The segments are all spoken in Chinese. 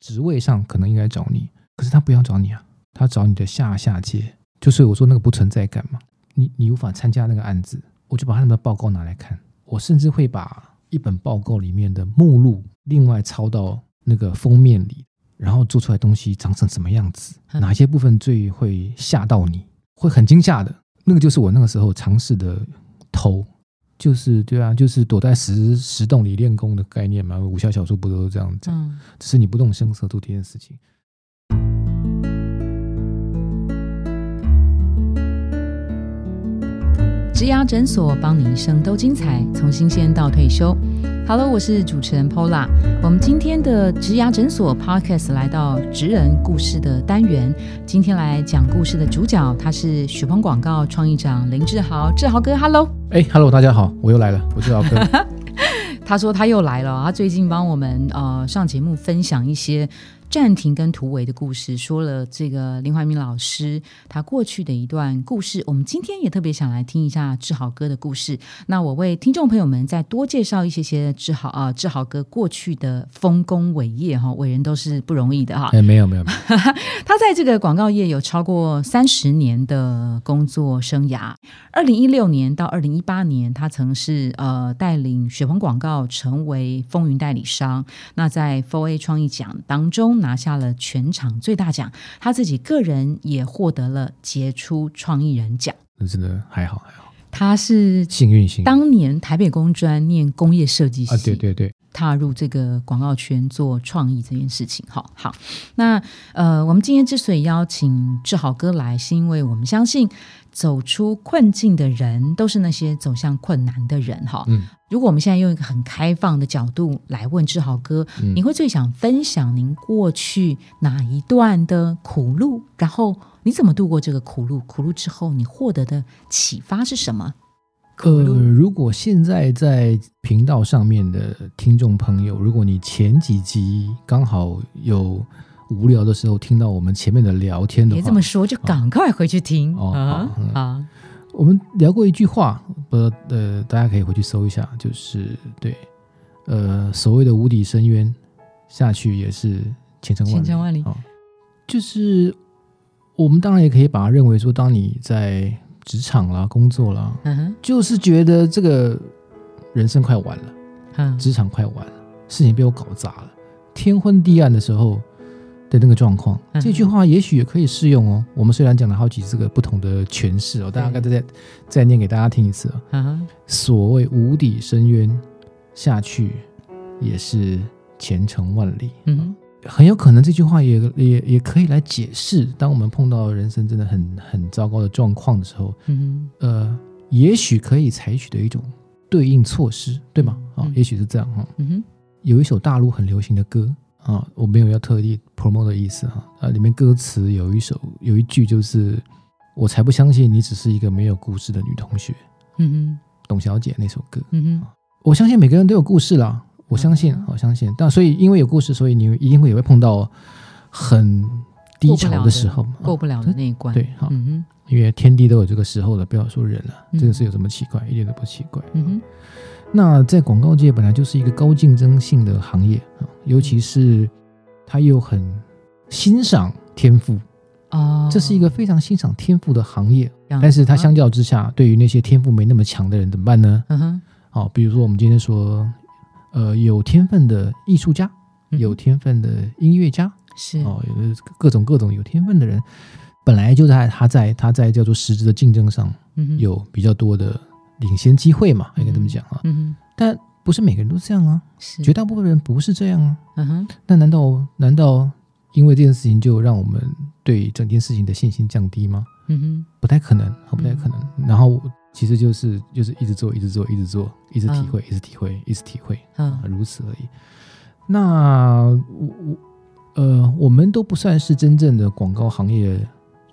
职位上可能应该找你，可是他不要找你啊，他找你的下下界，就是我说那个不存在感嘛，你你无法参加那个案子，我就把他们的报告拿来看，我甚至会把一本报告里面的目录另外抄到那个封面里，然后做出来东西长成什么样子，嗯哪些部分最会吓到你，会很惊吓的，那个就是我那个时候尝试的偷。就是对啊，就是躲在石石洞里练功的概念嘛，武侠小说不都是这样子？嗯，只是你不动声色做这件事情。植牙诊所帮你一生都精彩，从新鲜到退休。Hello，我是主持人 Pola。我们今天的植牙诊所 Podcast 来到职人故事的单元，今天来讲故事的主角，他是许鹏广告创意长林志豪，志豪哥，Hello。哎，Hello，大家好，我又来了，我是老哥。他说他又来了，他啊最近帮我们呃上节目分享一些暂停跟突围的故事，说了这个林怀民老师他过去的一段故事。我们今天也特别想来听一下志豪哥的故事。那我为听众朋友们再多介绍一些些志豪啊、志豪哥过去的丰功伟业哈，伟人都是不容易的哈。哎，没有没有没有，他在这个广告业有超过三十年的工作生涯。二零一六年到二零一八年，他曾是呃带领雪鹏广告成为风云代理商。那在 Four A 创意奖当中拿下了全场最大奖，他自己个人也获得了杰出创意人奖。那真的还好还好，他是幸运幸运当年台北工专念工业设计系，啊，对对对，踏入这个广告圈做创意这件事情。好好，那呃，我们今天之所以邀请志豪哥来，是因为我们相信走出困境的人都是那些走向困难的人。哈，嗯，如果我们现在用一个很开放的角度来问志豪哥，嗯你会最想分享您过去哪一段的苦路？然后你怎么度过这个苦路？苦路之后你获得的启发是什么？呃，如果现在在频道上面的听众朋友，如果你前几集刚好有无聊的时候听到我们前面的聊天的别话，这么说，就赶快回去听嗯哦啊好嗯啊！我们聊过一句话，不呃，大家可以回去搜一下，就是对，呃，所谓的无底深渊，下去也是千程万里。千程万里哦就是我们当然也可以把它认为说，当你在职场啦、工作啦，嗯哼，就是觉得这个人生快完了，嗯职场快完了，事情被我搞砸了，天昏地暗的时候的那个状况，嗯这句话也许也可以适用哦。我们虽然讲了好几次个不同的诠释哦，大概再再念给大家听一次啊、嗯哼。所谓无底深渊，下去也是前程万里。嗯很有可能这句话也也也可以来解释，当我们碰到人生真的很很糟糕的状况的时候，嗯呃，也许可以采取的一种对应措施，对吗？啊、嗯也许是这样哈、嗯有一首大陆很流行的歌啊，我没有要特地 promote 的意思哈，啊，里面歌词有一首有一句就是“我才不相信你只是一个没有故事的女同学嗯”，董小姐那首歌。嗯我相信每个人都有故事啦，我相信嗯，我相信。但所以因为有故事，所以你一定会也会碰到很低潮的时候嘛，过不了的那一关。对，好，嗯因为天地都有这个时候的，不要说人了，嗯这个是有什么奇怪？一点都不奇怪。哼，嗯哼，那在广告界本来就是一个高竞争性的行业啊，尤其是他又很欣赏天赋，哦，啊这是一个非常欣赏天赋的行业。这样子，但是它相较之啊下，对于那些天赋没那么强的人怎么办呢？嗯哼，哦，比如说我们今天说，呃，有天分的艺术家，嗯有天分的音乐家，是，哦，有的各种各种有天分的人，本来就在他在他在叫做实质的竞争上嗯哼，，有比较多的领先机会嘛，应该这么讲啊。嗯但不是每个人都这样啊，哼，是，绝大部分人不是这样啊。嗯哼，那难道难道因为这件事情就让我们对整件事情的信心降低吗？嗯哼，不太可能，啊嗯不太可能。然后其实就是就是一直做，一直做，一直做，一直体会，一直体会，一直体会，啊嗯如此而已。那我我呃，我们都不算是真正的广告行业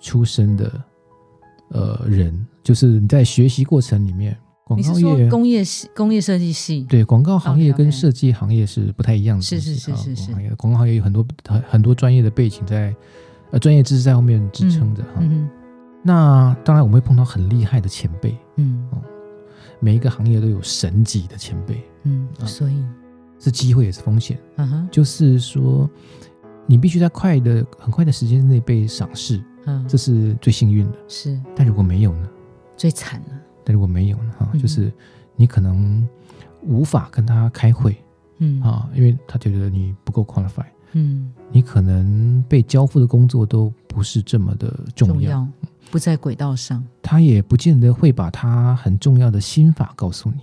出身的呃人，就是你在学习过程里面，广你是告说业工业系、工业设计系？对广告行业跟哦 OK，OK 设计行业是不太一样的是东西是啊广是是是告行业广告行业有很多很很多专业的背景在，呃，专业知识在后面支撑着哈。嗯那当然我们会碰到很厉害的前辈，嗯每一个行业都有神级的前辈，嗯，所以，是机会也是风险。嗯哼，就是说，你必须在快的很快的时间内被赏识，嗯，这是最幸运的。是但如果没有呢？最惨了，但如果没有呢？哈、嗯就是你可能无法跟他开会嗯，啊，因为他觉得你不够 qualify，嗯，你可能被交付的工作都不是这么的重要，重要不在轨道上，他也不见得会把他很重要的心法告诉你。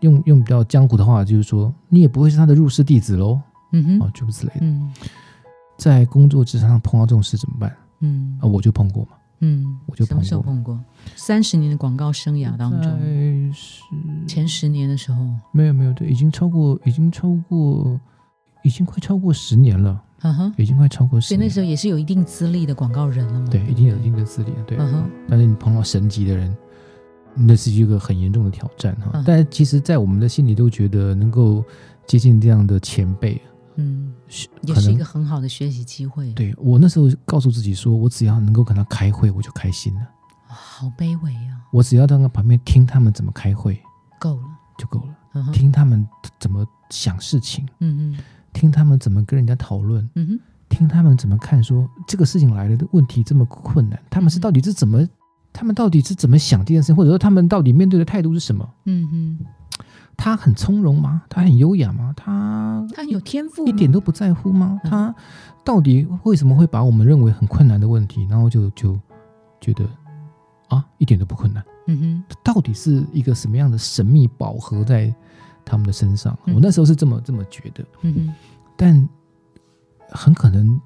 用用比较江湖的话，就是说你也不会是他的入室弟子喽，嗯啊哼，，诸如此类的。嗯在工作职场上碰到这种事怎么办？嗯啊，我就碰过嘛，嗯，我就什么时候碰碰过？三十年的广告生涯当中，在是前十年的时候，没有没有，对，已经超过，已经超过，已经快超过十年了，嗯哼，已经快超过十所以那年时候也是有一定资历的广告人了嘛，对，已经有一定的资历了，对。嗯哼，但是你碰到神级的人，那是一个很严重的挑战哈。嗯但是其实，在我们的心里都觉得能够接近这样的前辈，嗯，是也可是一能个很好的学习机会，，对我那时候告诉自己说，我只要能够跟他开会，我就开心了。好卑微啊，我只要在他旁边听他们怎么开会够了，就够了，嗯哼，听他们怎么想事情，嗯嗯听他们怎么跟人家讨论，嗯哼，听他们怎么看说这个事情来了的问题这么困难，他们是嗯到底是怎么，他们到底是怎么想这件事情，或者说他们到底面对的态度是什么？嗯哼，他很从容吗？他很优雅吗？他他很有天赋吗，一点都不在乎吗？嗯他到底为什么会把我们认为很困难的问题，然后就就觉得啊一点都不困难？嗯哼，到底是一个什么样的神秘宝盒在他们的身上？嗯我那时候是这么这么觉得，嗯哼，但很可能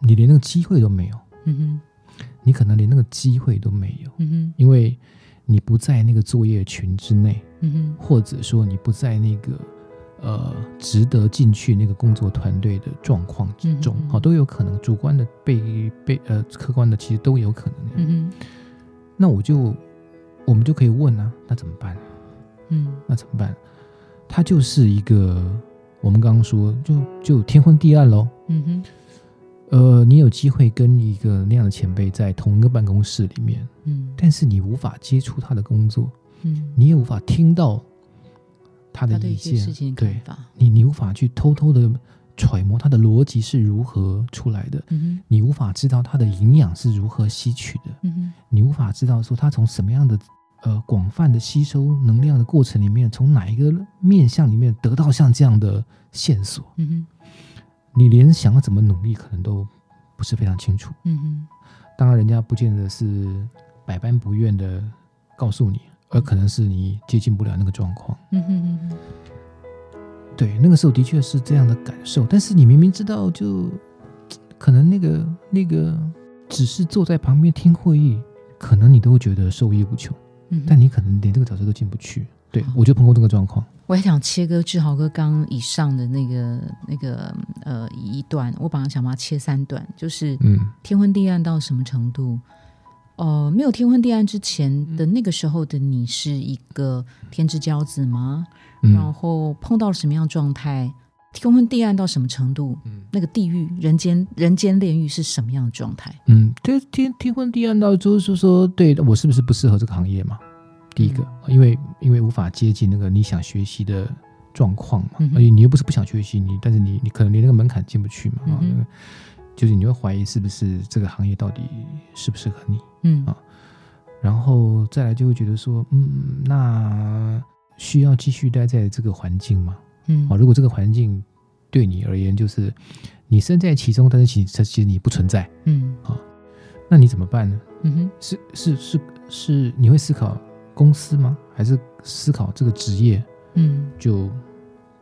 你连那个机会都没有，嗯哼，你可能连那个机会都没有，嗯哼，因为你不在那个作业群之内。嗯哼，或者说你不在那个呃值得进去那个工作团队的状况之中嗯嗯，嗯好、都有可能，主观的被被呃客观的其实都有可能。嗯那我就我们就可以问啊，那怎么办？哼，嗯那怎么办？它就是一个我们刚刚说就就天昏地暗喽。嗯哼，呃，你有机会跟一个那样的前辈在同一个办公室里面，嗯但是你无法接触他的工作，嗯，你也无法听到他的他对意一些见，啊事情的对看法，你你无法去偷偷的揣摩它的逻辑是如何出来的，嗯你无法知道它的营养是如何吸取的，哼，嗯哼，你无法知道说它从什么样的呃广泛的吸收能量的过程里面，从哪一个面向里面得到像这样的线索，嗯哼，你连想要怎么努力可能都不是非常清楚。嗯哼，当然，人家不见得是百般不愿的告诉你，而可能是你接近不了那个状况。嗯哼，嗯哼，对，那个时候的确是这样的感受，但是你明明知道就，可能那个那个只是坐在旁边听会议，可能你都会觉得受益无穷，嗯哼但你可能连这个角色都进不去。对好，我就碰过这个状况。我还想切割志豪哥刚刚以上的那个那个呃一段，我本来想把它切三段，就是嗯天昏地暗到什么程度？哦、没有天昏地暗之前的那个时候的你是一个天之骄子吗？然嗯后碰到了什么样的状态？天昏地暗到什么程度？嗯那个地狱、人间、人间炼狱是什么样的状态？嗯，天天天昏地暗到就是说，对我是不是不适合这个行业嘛？第一个，嗯因为因为无法接近那个你想学习的状况嘛，嗯哼而且你又不是不想学习，你但是你你可能连那个门槛进不去嘛，啊嗯，哼那个就是你会怀疑是不是这个行业到底适不适合你，嗯啊然后再来就会觉得说，嗯，那需要继续待在这个环境吗？嗯啊，如果这个环境对你而言就是你身在其中，但是其实其实你不存在，嗯那你怎么办呢？嗯哼是是是是，你会思考公司吗？还是思考这个职业嗯就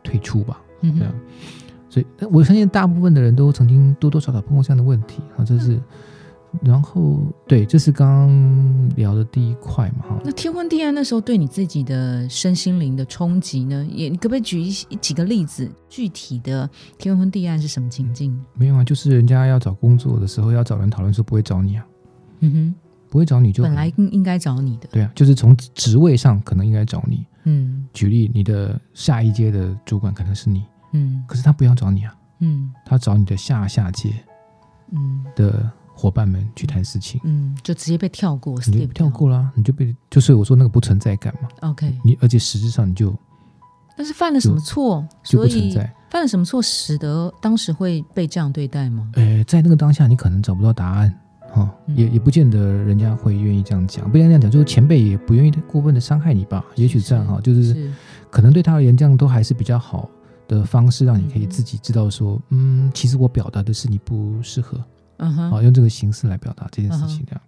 退出吧？嗯对哼啊，所以但我相信大部分的人都曾经多多少少碰过这样的问题啊，这是，嗯然后对，这是刚刚聊的第一块嘛哈，那天昏地暗那时候对你自己的身心灵的冲击呢？也你可不可以举一几个例子，具体的天昏地暗是什么情境？没有啊，就是人家要找工作的时候要找人讨论说不会找你啊，嗯哼，不会找你就本来应应该找你的，对啊，就是从职位上可能应该找你，嗯举例你的下一阶的主管可能是你，嗯可是他不要找你啊，嗯他找你的下下阶。嗯的伙伴们去谈事情，嗯，就直接被跳过你就，skip 跳过啦，你就被就是我说那个不存在感嘛，掉。OK，你而且实质上你就但是犯了什么错，就所不存以在，犯了什么错使得当时会被这样对待吗？呃，在那个当下，你可能找不到答案，哦，嗯也也不见得人家会愿意这样讲，不愿意这样讲，就是前辈也不愿意过分的伤害你吧，也许这样哈、就是是可能对他而言，这样都还是比较好的方式，让你可以嗯自己知道说，嗯，其实我表达的是你不适合，嗯哼，啊，用这个形式来表达这件事嗯情哼这样。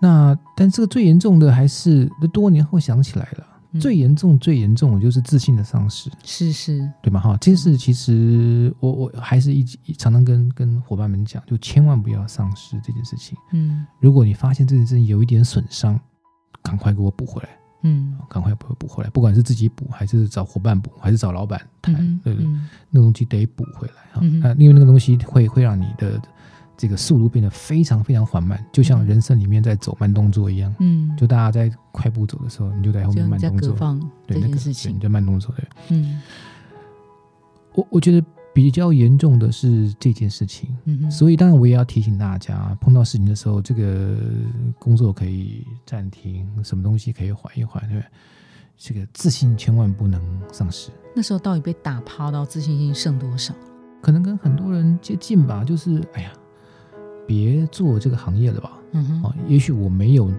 那但这个最严重的还是多年后想起来了，嗯最严重最严重的就是自信的丧失，是是，对吗？哈，这件嗯事其实我我还是一直常常跟跟伙伴们讲，就千万不要丧失这件事情。嗯如果你发现这件事情有一点损伤，赶快给我补回来，嗯，赶快给我补回来，不管是自己补还是找伙伴补，还是找老板谈，嗯对不对？嗯那个东西得补回来哈。嗯哼那、因为那个东西会会让你的这个速度变得非常非常缓慢，就像人生里面在走慢动作一样。嗯，就大家在快步走的时候，你就在后就面你慢在动隔作，放这对那件个事对你情，在慢动作。对，嗯我我觉得比较严重的是这件事情。嗯哼，所以，当然我也要提醒大家，碰到事情的时候，这个工作可以暂停，什么东西可以缓一缓，对不对？这个自信千万不能丧失。那时候到底被打趴到自信心剩多少？可能跟很多人接近吧，就是哎呀，别做这个行业了吧。嗯哼，啊，也许我没有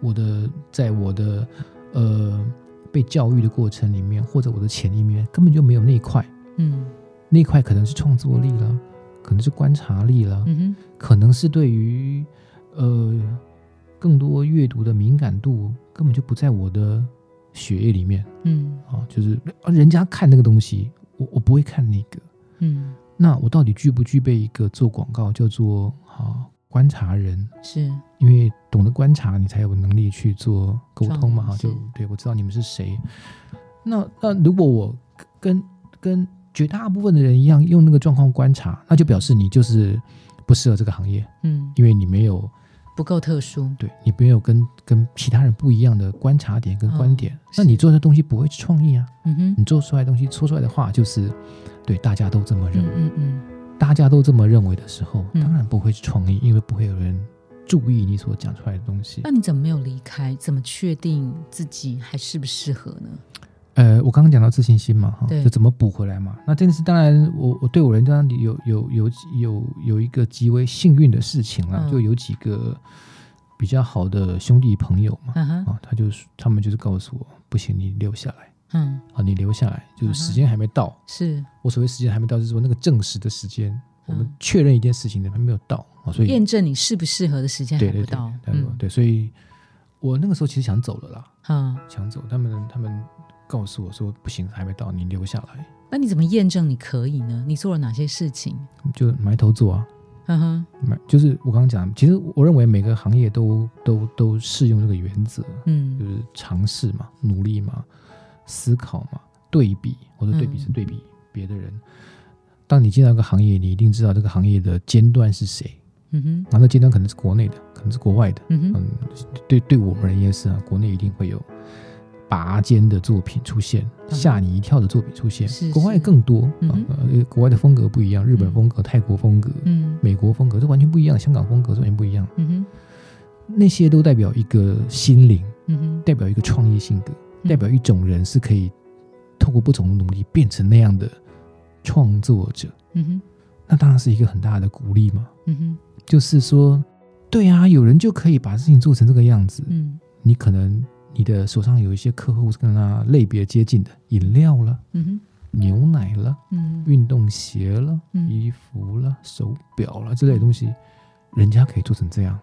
我的在我的呃被教育的过程里面，或者我的潜力里面根本就没有那一块，嗯那一块可能是创作力啦，可能是观察力啦，嗯哼，可能是对于呃更多阅读的敏感度根本就不在我的血液里面嗯啊，就是啊人家看那个东西，我我不会看那个。嗯，那我到底具不具备一个做广告叫做啊观察人？是，因为懂得观察，你才有能力去做沟通嘛。创哈，意是就对我知道你们是谁。那那如果我跟跟绝大部分的人一样用那个状况观察，那就表示你就是不适合这个行业，嗯，因为你没有不够特殊，对你没有跟跟其他人不一样的观察点跟观点。哦是那你做的东西不会创意啊，嗯哼，你做出来的东西说出来的话就是对大家都这么认为。嗯嗯嗯，大家都这么认为的时候，嗯当然不会是创意，因为不会有人注意你所讲出来的东西那。你怎么没有离开？怎么确定自己还适不适合呢？呃，我刚刚讲到自信心嘛，哈，对就怎么补回来嘛。那这件事当然我，我对我人当然有有有有有一个极为幸运的事情啦，嗯就有几个比较好的兄弟朋友嘛，嗯哼，啊，他就是他们就是告诉我，不行，你留下来嗯，啊，你留下来，就是嗯时哼间还没到。是我所谓时间还没到，就是说那个证实的时间，我们嗯确认一件事情的还没有到啊，所以验证你适不适合的时间对还对哎不对到，，对对，所以我那个时候其实想走了啦，嗯，想走，他们他们告诉我说不行，还没到，你留下来，那你怎么验证你可以呢？你做了哪些事情？就埋头做啊，嗯哼，埋就是我刚刚讲，其实我认为每个行业都都都适用这个原则，就嗯是尝试嘛，努力嘛，思考嘛，对比，我的对比嗯是对比别的人。当你进到一个行业，你一定知道这个行业的尖端是谁，嗯哼，然后那尖端可能是国内的，可能是国外的。嗯哼，嗯，对，对我们而言是啊，国内一定会有拔尖的作品出现，嗯吓你一跳的作品出现。是国外是更多、嗯啊哼，呃，国外的风格不一样，日本嗯风格、泰国风格、嗯美国风格，这完全不一样，香港风格这完全不一样。嗯哼，那些都代表一个心灵，嗯哼，代表一个创业性格，嗯代表一种人是可以透过不同的努力变成那样的创作者。嗯哼，那当然是一个很大的鼓励嘛。嗯哼，就是说，对啊，有人就可以把事情做成这个样子，嗯你可能你的手上有一些客户是跟他类别接近的，饮料了、嗯哼，牛奶了、嗯哼，运动鞋了、嗯衣服了、手表了之类的东西，人家可以做成这样。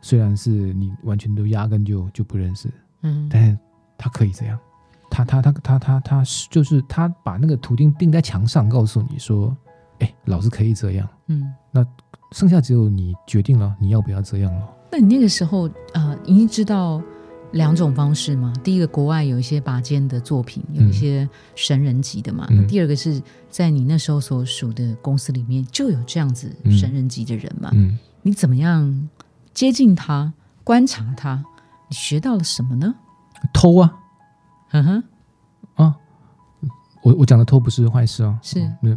虽然是你完全都压根就就不认识，嗯哼，但是他可以这样。他他他他他他是就是他把那个图钉钉在墙上，告诉你说：“哎，老师可以这样。嗯。”剩下只有你决定了，你要不要这样了。那你那个时候呃，已经知道两种方式吗？第一个，国外有一些拔尖的作品，有一些神人级的嘛。嗯那第二个是在你那时候所属的公司里面就有这样子嗯神人级的人嘛？嗯，你怎么样接近他，观察他？你学到了什么呢？偷啊，嗯哼，啊，我我讲的偷不是坏事哦，是嗯那、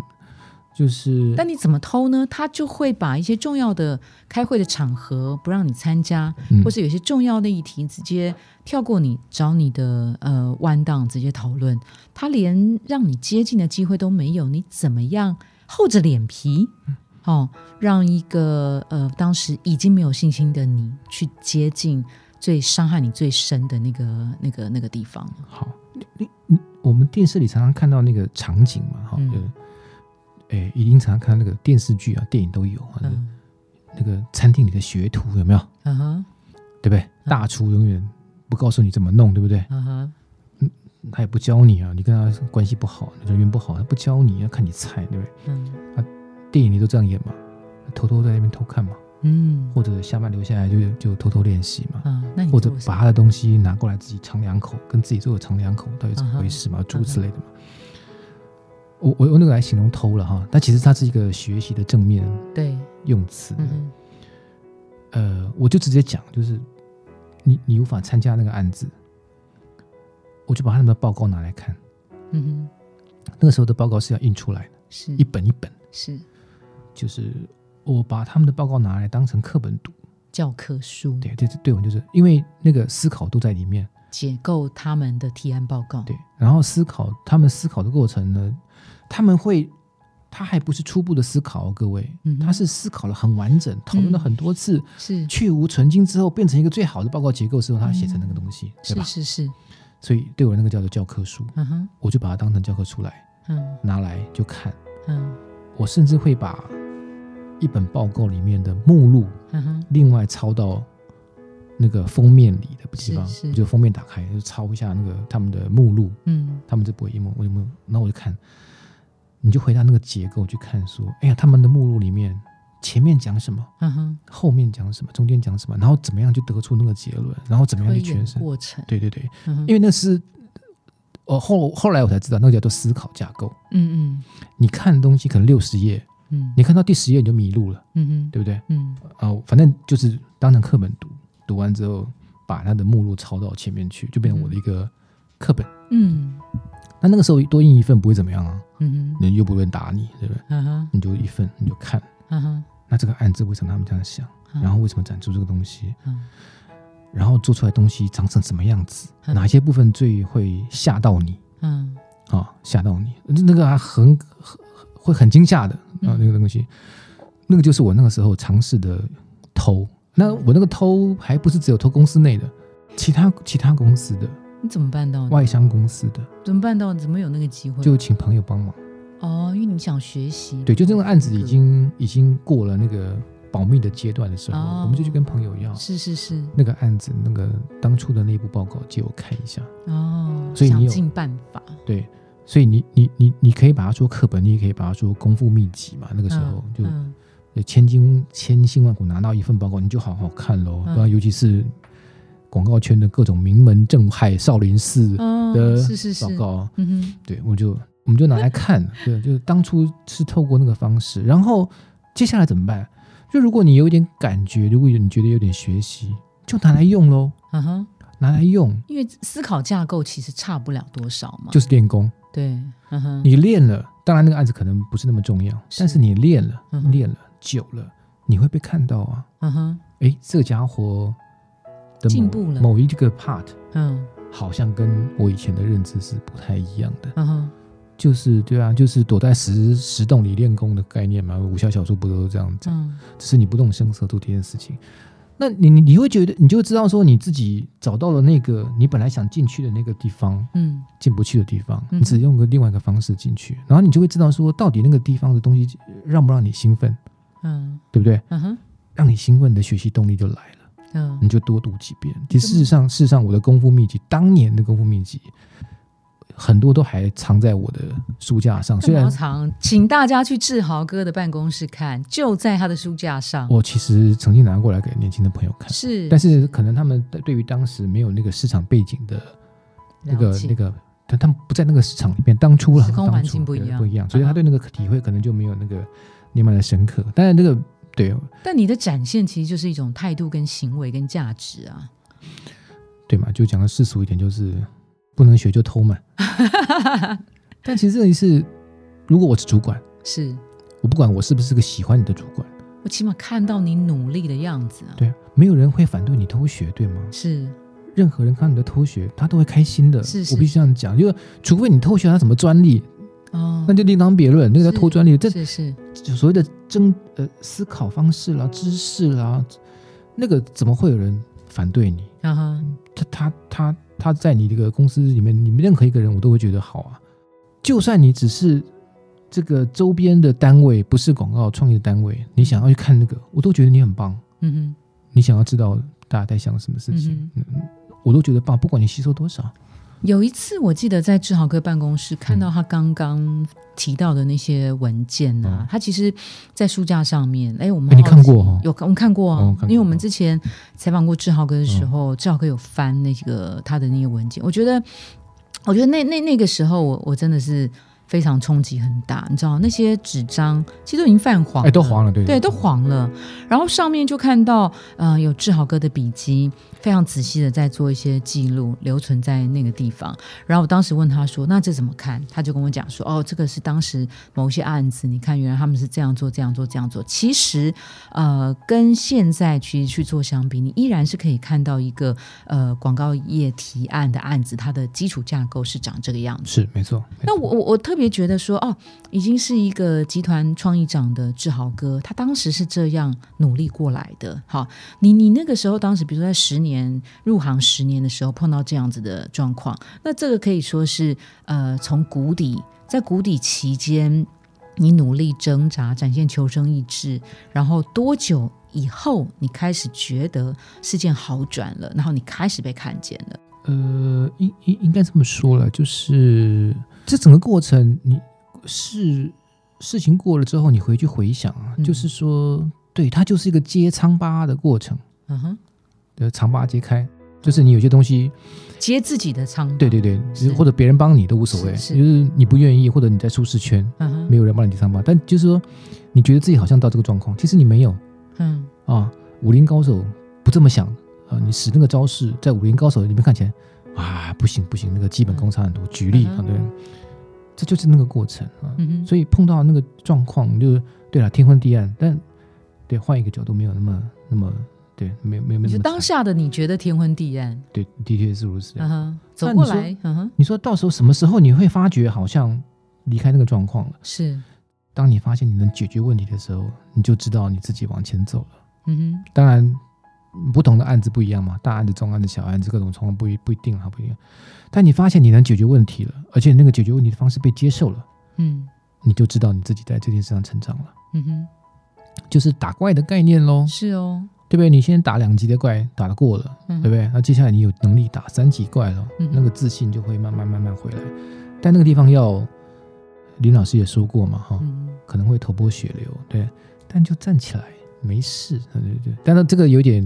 就是但你怎么偷呢？他就会把一些重要的开会的场合不让你参加，嗯或是有些重要的议题直接跳过你，找你的呃弯档直接讨论。他连让你接近的机会都没有，你怎么样厚着脸皮嗯哦，让一个呃当时已经没有信心的你去接近最伤害你最深的那个那个那个地方？好，你你你，我们电视里常常看到那个场景嘛，哈、嗯就哎，一定常常看到那个电视剧啊、电影都有啊，嗯那个餐厅里的学徒有没有？嗯哼对不对？大厨永远不告诉你怎么弄，对不对？嗯哼他也不教你啊，你跟他关系不好，人缘不好，他不教你，要看你菜，对不对？嗯电影里都这样演嘛，偷偷在那边偷看嘛，嗯或者下班留下来就就偷偷练习嘛，嗯，那你或者做什么把他的东西拿过来自己尝两口，跟自己做的尝两口，到底怎么回事嘛，诸如此类的嘛。我我用那个来形容偷了哈，但其实它是一个学习的正面对，用词。嗯哼。呃，我就直接讲，就是你你无法参加那个案子，我就把他们的报告拿来看。嗯那个时候的报告是要印出来的，哼，是一本一本，是就是我把他们的报告拿来当成课本读。教科书，对，这这对我们就是因为那个思考都在里面。解构他们的提案报告。对，然后思考他们思考的过程呢，他们会，他还不是初步的思考、哦，各位，嗯哼嗯他是思考了很完整，讨论了很多次，是去无存精之后，变成一个最好的报告结构之后，他写成那个东西，对嗯是吧？是是，所以对我那个叫做教科书，嗯哼，我就把它当成教科书来嗯拿来就看，嗯我甚至会把一本报告里面的目录嗯哼，另外抄到。那个封面里的地方，是是我就封面打开，就抄一下那个他们的目录，嗯他们就不会一模一模。那我就看，你就回到那个结构去看，说，哎呀，他们的目录里面前面讲什么，嗯哼，后面讲什么，中间讲什么，然后怎么样就得出那个结论，然后怎么样推去演诠释。过程，对对对，嗯哼因为那是我后后来我才知道，那个叫做思考架构。嗯嗯你呃看东西可能六十页，嗯你看到第十页你就迷路了，嗯哼对不对？嗯啊、反正就是当成课本读，读完之后把它的目录抄到前面去，就变成我的一个课本。嗯那那个时候多印一份不会怎么样啊，嗯哼人又不会打你，对不对？嗯哼你就一份你就看，嗯哼那这个案子为什么他们这样想，嗯然后为什么展出这个东西，嗯然后做出来东西长成什么样子，嗯哪些部分最会吓到你嗯啊？吓到你，那个还很很会很惊吓的啊，嗯那个东西，那个就是我那个时候尝试的偷。那我那个偷还不是只有偷公司内的，其他其他公司的你怎么办到的？外商公司的，怎么办到的？怎么有那个机会？就请朋友帮忙。哦，因为你想学习，对，就这个案子已经已经过了那个保密的阶段的时候，哦我们就去跟朋友要。嗯是是是那个案子，那个当初的内部报告借我看一下。哦，所以你想有尽办法，对，所以你你你你可以把它说课本，你也可以把它说功夫秘籍嘛。那个时候嗯就嗯就千金千辛万苦拿到一份报告，你就好好看喽。嗯然后尤其是广告圈的各种名门正派、少林寺哦，的是是是报，告，嗯哼对我就我们就拿来看。 对，就是当初是透过那个方式，然后接下来怎么办？就如果你有一点感觉，如果你觉得有点学习，就拿来用喽，嗯哼。拿来用。因为思考架构其实差不了多少嘛。就是练功。对，嗯哼，你练了，当然那个案子可能不是那么重要，是但是你练了嗯，哼练了久了，你会被看到啊。嗯哼，诶，这家伙的某进步了某一个 part，嗯好像跟我以前的认知是不太一样的。嗯哼，就是对啊，就是躲在石石洞里练功的概念嘛，武侠小说不都是这样讲？嗯只是你不动声色做这件事情。那你你你会觉得，你就知道说你自己找到了那个你本来想进去的那个地方，嗯进不去的地方，嗯你只用个另外一个方式进去，然后你就会知道说，到底那个地方的东西呃让不让你兴奋，嗯对不对？嗯哼，让你兴奋的学习动力就来了，嗯你就多读几遍。其实事实上，事实上我的功夫秘籍，当年的功夫秘籍，很多都还藏在我的书架上，虽干然嘛藏？请大家去志豪哥的办公室看，就在他的书架上。我其实曾经拿过来给年轻的朋友看，是，但是可能他们对于当时没有那个市场背景的那了个解那个。他他们不在那个市场里面，当初了，时空环当初境不对一样嗯不一样，所以他对那个体会可能就没有那个那么的深刻。当然，这个对啊但你的展现其实就是一种态度、跟行为、跟价值啊。对嘛，就讲的世俗一点，就是不能学 就偷嘛。但其实这里是，如果我是主管，是，我不管我是不是个喜欢你的主管，我起码看到你努力的样子啊。对啊，没有人会反对你偷学，对吗？是，任何人看到你的偷学，他都会开心的。是是我必须这样讲，就是除非你偷学他什么专利，哦，那就另当别论，那个叫是偷专利，这是是就所谓的争呃思考方式啦、知识啦，那个怎么会有人反对你？啊哈，他他他他在你这个公司里面，你们任何一个人我都会觉得好啊。就算你只是这个周边的单位，不是广告创业的单位，你想要去看那个，我都觉得你很棒。嗯哼。你想要知道大家在想什么事情，嗯我都觉得棒，不管你吸收多少。有一次，我记得在志豪哥办公室看到他刚刚提到的那些文件啊，嗯他其实，在书架上面，哎，我们哎你好看奇过哦有我们看过啊，哦嗯看过因为我们之前采访过志豪哥的时候，志豪哥有翻那个他的那个文件，我觉得，我觉得那那那个时候我，我真的是非常冲击很大，你知道那些纸张其实都已经泛黄，哎，都黄。了，对对，都黄了。然后上面就看到，呃，有志豪哥的笔记，非常仔细的在做一些记录，留存在那个地方。然后我当时问他说：“那这怎么看？”他就跟我讲说：“哦，这个是当时某些案子，你看原来他们是这样做、这样做、这样做。其实，呃，跟现在其实去做相比，你依然是可以看到一个呃广告业提案的案子，它的基础架构是长这个样子。”是没错。没那错我我我特别觉得说，哦，已经是一个集团创意长的志豪哥，他当时是这样努力过来的。好，你你那个时候，当时比如说在十年入行十年的时候，碰到这样子的状况，那这个可以说是呃，从谷底，在谷底期间，你努力挣扎，展现求生意志，然后多久？以后你开始觉得事件好转了，然后你开始被看见了。呃，应应应该这么说了，就是这整个过程，你事事情过了之后，你回去回想啊，嗯就是说，对，它就是一个揭疮疤的过程，嗯哼，呃，疮疤揭嗯开，就是你有些东西，接自己的仓。对对对是，或者别人帮你都无所谓，是是就是你不愿意，或者你在舒适圈，嗯哼，没有人帮你揭疮疤，但就是说，你觉得自己好像到这个状况，其实你没有嗯。啊。武林高手不这么想啊，你使那个招式，在武林高手里面看起来啊，不行不行，那个基本功差很多。举例嗯啊哼，对，这就是那个过程啊。嗯哼，所以碰到那个状况，就是对了，天昏地暗，但对换一个角度，没有那么那么对，没有没有没你有那就么当惨下的你觉得天昏地暗，对，的确是如此。嗯哼，那走你过说来，嗯哼，你说到时候什么时候你会发觉好像离开那个状况了？是，当你发现你能解决问题的时候，你就知道你自己往前走了。嗯当然，嗯不同的案子不一样嘛，大案子、中案子、小案子，各种状况不一不一定哈，不一定。但你发现你能解决问题了，而且那个解决问题的方式被接受了，哼，嗯你就知道你自己在这件事上成长了，嗯就是打怪的概念喽哼，，是哦，对不对？你先打两级的怪，打得过了，嗯对不对？那接下来你有能力打三级怪了，嗯哼那个自信就会慢慢慢慢回来。但那个地方要，林老师也说过嘛，哈，嗯，可能会头破血流，对，但就站起来没事，对对对。但是这个有点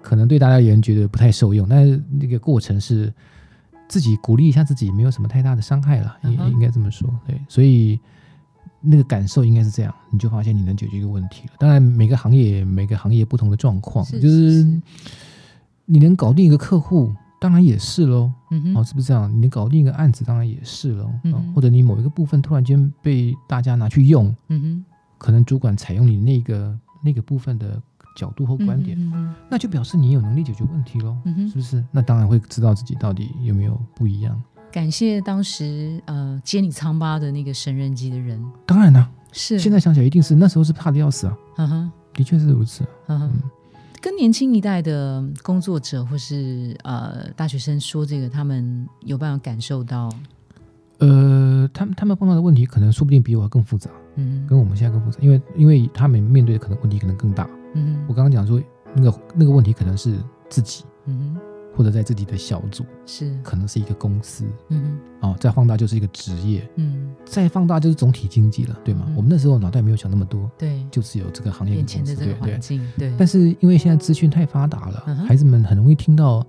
可能对大家而言觉得不太受用，但是那个过程是自己鼓励一下自己，没有什么太大的伤害啦，嗯应、哼应该这么说，对，所以。那个感受应该是这样，你就发现你能解决一个问题了。当然，每个行业每个行业不同的状况，是哦就是是，你能搞定一个客户，当然也是喽。嗯哦，哼，是不是这样？你搞定一个案子，当然也是了、嗯哦哼或者你某一个部分突然间被大家拿去用，嗯哼，可能主管采用你那个那个部分的角度或观点，嗯哼，那就表示你有能力解决问题喽，嗯是哼，不是？那当然会知道自己到底有没有不一样。感谢当时呃接你仓巴的那个神人级的人，当然啦、啊是，现在想起来一定是那时候是怕的要死啊，嗯哼，的确是如此。嗯哼。跟年轻一代的工作者或是呃大学生说这个，他们有办法感受到，呃，他们他们碰到的问题，可能说不定比我更复杂，嗯哼跟我们现在更复杂，因为因为他们面对的可能问题可能更大。嗯我哼刚刚讲说，那个那个问题可能是自己，嗯或者在自己的小组，哼，是，可能是一个公司嗯哼啊、哦再放大就是一个职业，嗯，再放大就是总体经济了，对吗？嗯我们那时候脑袋没有想那么多，对，就是有这个行业跟眼前公司，的这对个对环。境，对，但是因为现在资讯太发达了，嗯哼孩子们很容易听到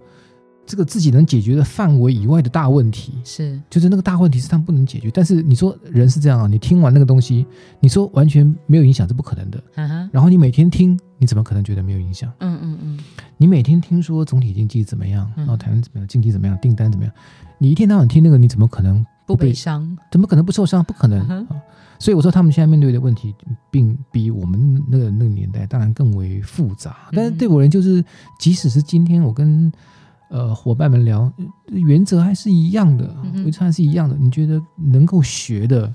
这个自己能解决的范围以外的大问题，是，就是那个大问题是他们不能解决。但是你说人是这样啊，你听完那个东西，你说完全没有影响是不可能的。哈哈，然后你每天听，你怎么可能觉得没有影响？嗯嗯嗯，你每天听说总体经济怎么样，嗯然后台湾怎么样，经济怎么样，订单怎么样，你一天到晚听那个，你怎么可能不不悲被伤，怎么可能不受伤？不可能嗯哼啊！所以我说他们现在面对的问题，并比我们那个那个年代当然更为复嗯杂。但是对我而言，就是即使是今天我跟呃伙伴们聊，原则还是一样的嗯，哼原则还是一样的。你觉得能够学的，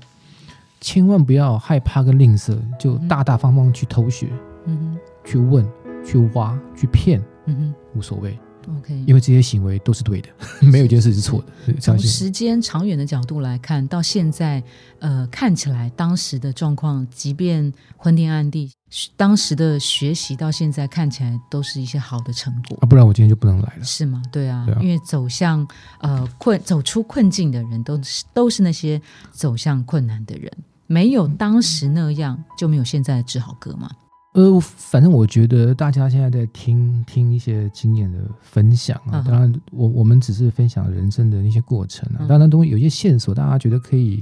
千万不要害怕跟吝啬，就嗯大大方方去偷学、嗯去问、去挖、去骗，哼，嗯无所谓，哼，OK。因为这些行为都是对的， 没有一件事是错的。相从信我。时间长远的角度来看，到现在，呃，看起来当时的状况，即便昏天暗地，是当时的学习到现在看起来都是一些好的成果，啊，不然我今天就不能来了。是吗？对啊，对啊因为走向呃困走出困境的人，都是都是那些走向困难的人，没有当时那样，就没有现在的志豪哥嘛。呃，我反正我觉得大家现在在听听一些经验的分享啊，嗯哼当然我我们只是分享人生的那些过程啊，嗯当然东西有一些线索，大家觉得可以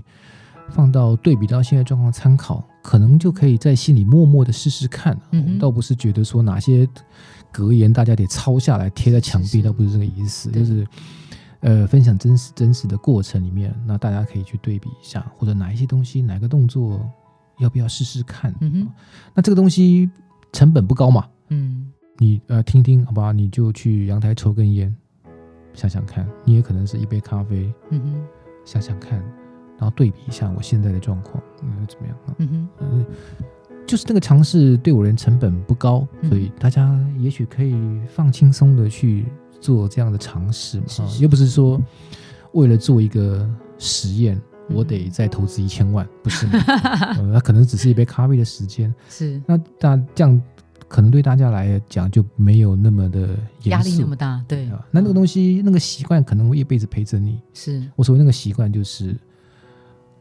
放到对比到现在状况参考，可能就可以在心里默默的试试看。啊嗯哼我们倒不是觉得说哪些格言大家得抄下来贴在墙是壁，是倒不是这个意思，对就是。呃，分享真实真实的过程里面，那大家可以去对比一下，或者哪一些东西、哪个动作要不要试试看？啊嗯哼，那这个东西成本不高嘛，嗯，你呃听听好吧，你就去阳台抽根烟，想想看，你也可能是一杯咖啡，嗯哼，想想看，然后对比一下我现在的状况，嗯怎么样？嗯哼，嗯、就是那个尝试对我而言成本不高，嗯所以大家也许可以放轻松的去做这样的尝试嘛，是啊是又不是说为了做一个实验。嗯我得再投资一千万，不是吗？呃那、可能只是一杯咖啡的时间，是那大这样可能对大家来讲就没有那么的严压力那肃么大，嗯对啊。那那个东西，那个习惯可能会一辈子陪着你。是，我所谓那个习惯就是，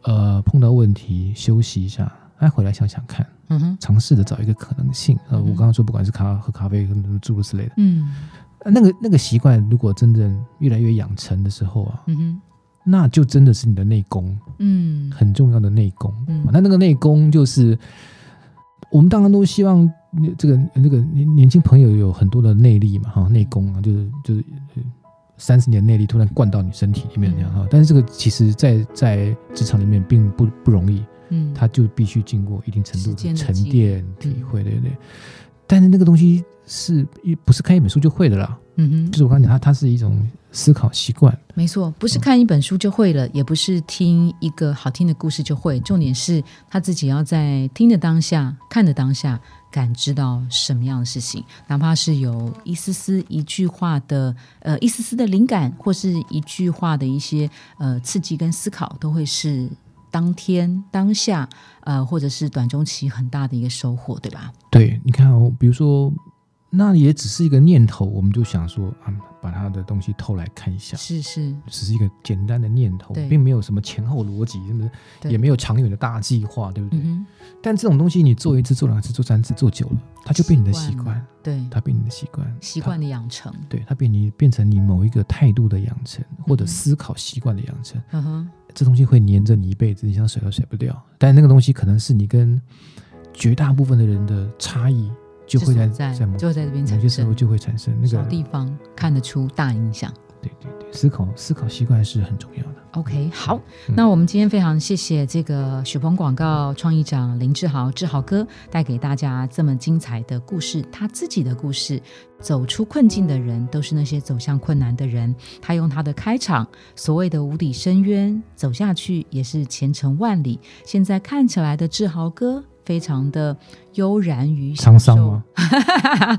呃，碰到问题休息一下，哎，回来想想看，嗯哼，尝试着找一个可能性。呃，嗯我刚刚说不管是咖喝咖啡，诸如此类的，嗯呃那个那个习惯如果真正越来越养成的时候啊，嗯哼，那就真的是你的内功。嗯很重要的内功。哦嗯那那个内功就是，我们当然都希望呃这个这个年年轻朋友有很多的内力嘛，嗯哈，内功啊，就是就是呃三十年内力突然灌到你身体里面这样嗯哈。但是这个其实在在职场里面并不不容易，嗯，它就必须经过一定程度时间的的沉积嗯淀体会，对不对？但是那个东西是一不是看一本书就会的啦，嗯哼就。是我刚才讲，它它是一种思考习惯。没错，不是看一本书就会了，也不是听一个好听的故事就会。重点是他自己要在听的当下、看的当下，感知到什么样的事情，哪怕是有一丝丝一句话的呃一丝丝的灵感，或是一句话的一些呃刺激跟思考，都会是当天当下呃或者是短中期很大的一个收获，对吧？对，你看哦，比如说，那也只是一个念头，我们就想说啊，把他的东西偷来看一下，是是，只是一个简单的念头对，并没有什么前后逻辑，什么对也没有长远的大计划，对不对？嗯但这种东西你做一次、做两次、做三次、做久了，它就变你的习习惯惯，哼，对，它变你的习惯，习它惯。的养成，对，它变你变成你某一个态度的养成，或者嗯哼思考习惯的养成，嗯哼，这东西会黏着你一辈子，你想甩都甩不掉。但那个东西可能是你跟绝大部分的人的差异，就会在是在在某就会在这边某产些时生候。就会产生那小个地方看得出大影响。对对对，思考思考习惯是很重要的。 OK，好，嗯那我们今天非常谢谢这个雪鹏广告创意长林志豪，志豪哥带给大家这么精彩的故事，他自己的故事。走出困境的人都是那些走向困难的人。他用他的开场，所谓的无底深渊，走下去也是前程万里。现在看起来的志豪哥非常的悠然于沧享桑受吗？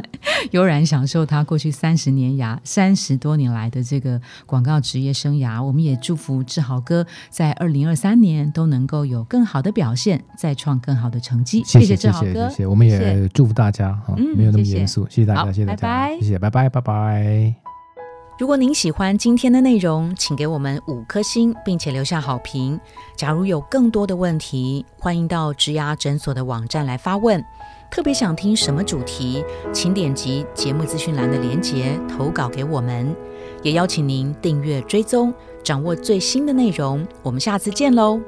悠然享受他过去三十年涯三十多年来的这个广告职业生涯。我们也祝福志豪哥在二零二三年都能够有更好的表现，再创更好的成绩。谢谢谢志豪谢哥，谢，我们谢谢也祝福大家哈，嗯没有那么谢谢严肃，谢谢大好家，谢谢大拜家拜，谢谢，拜拜，拜拜。如果您喜欢今天的内容，请给我们五颗星，并且留下好评。假如有更多的问题，欢迎到植牙诊所的网站来发问。特别想听什么主题，请点击节目资讯栏的连结投稿给我们。也邀请您订阅追踪，掌握最新的内容。我们下次见喽，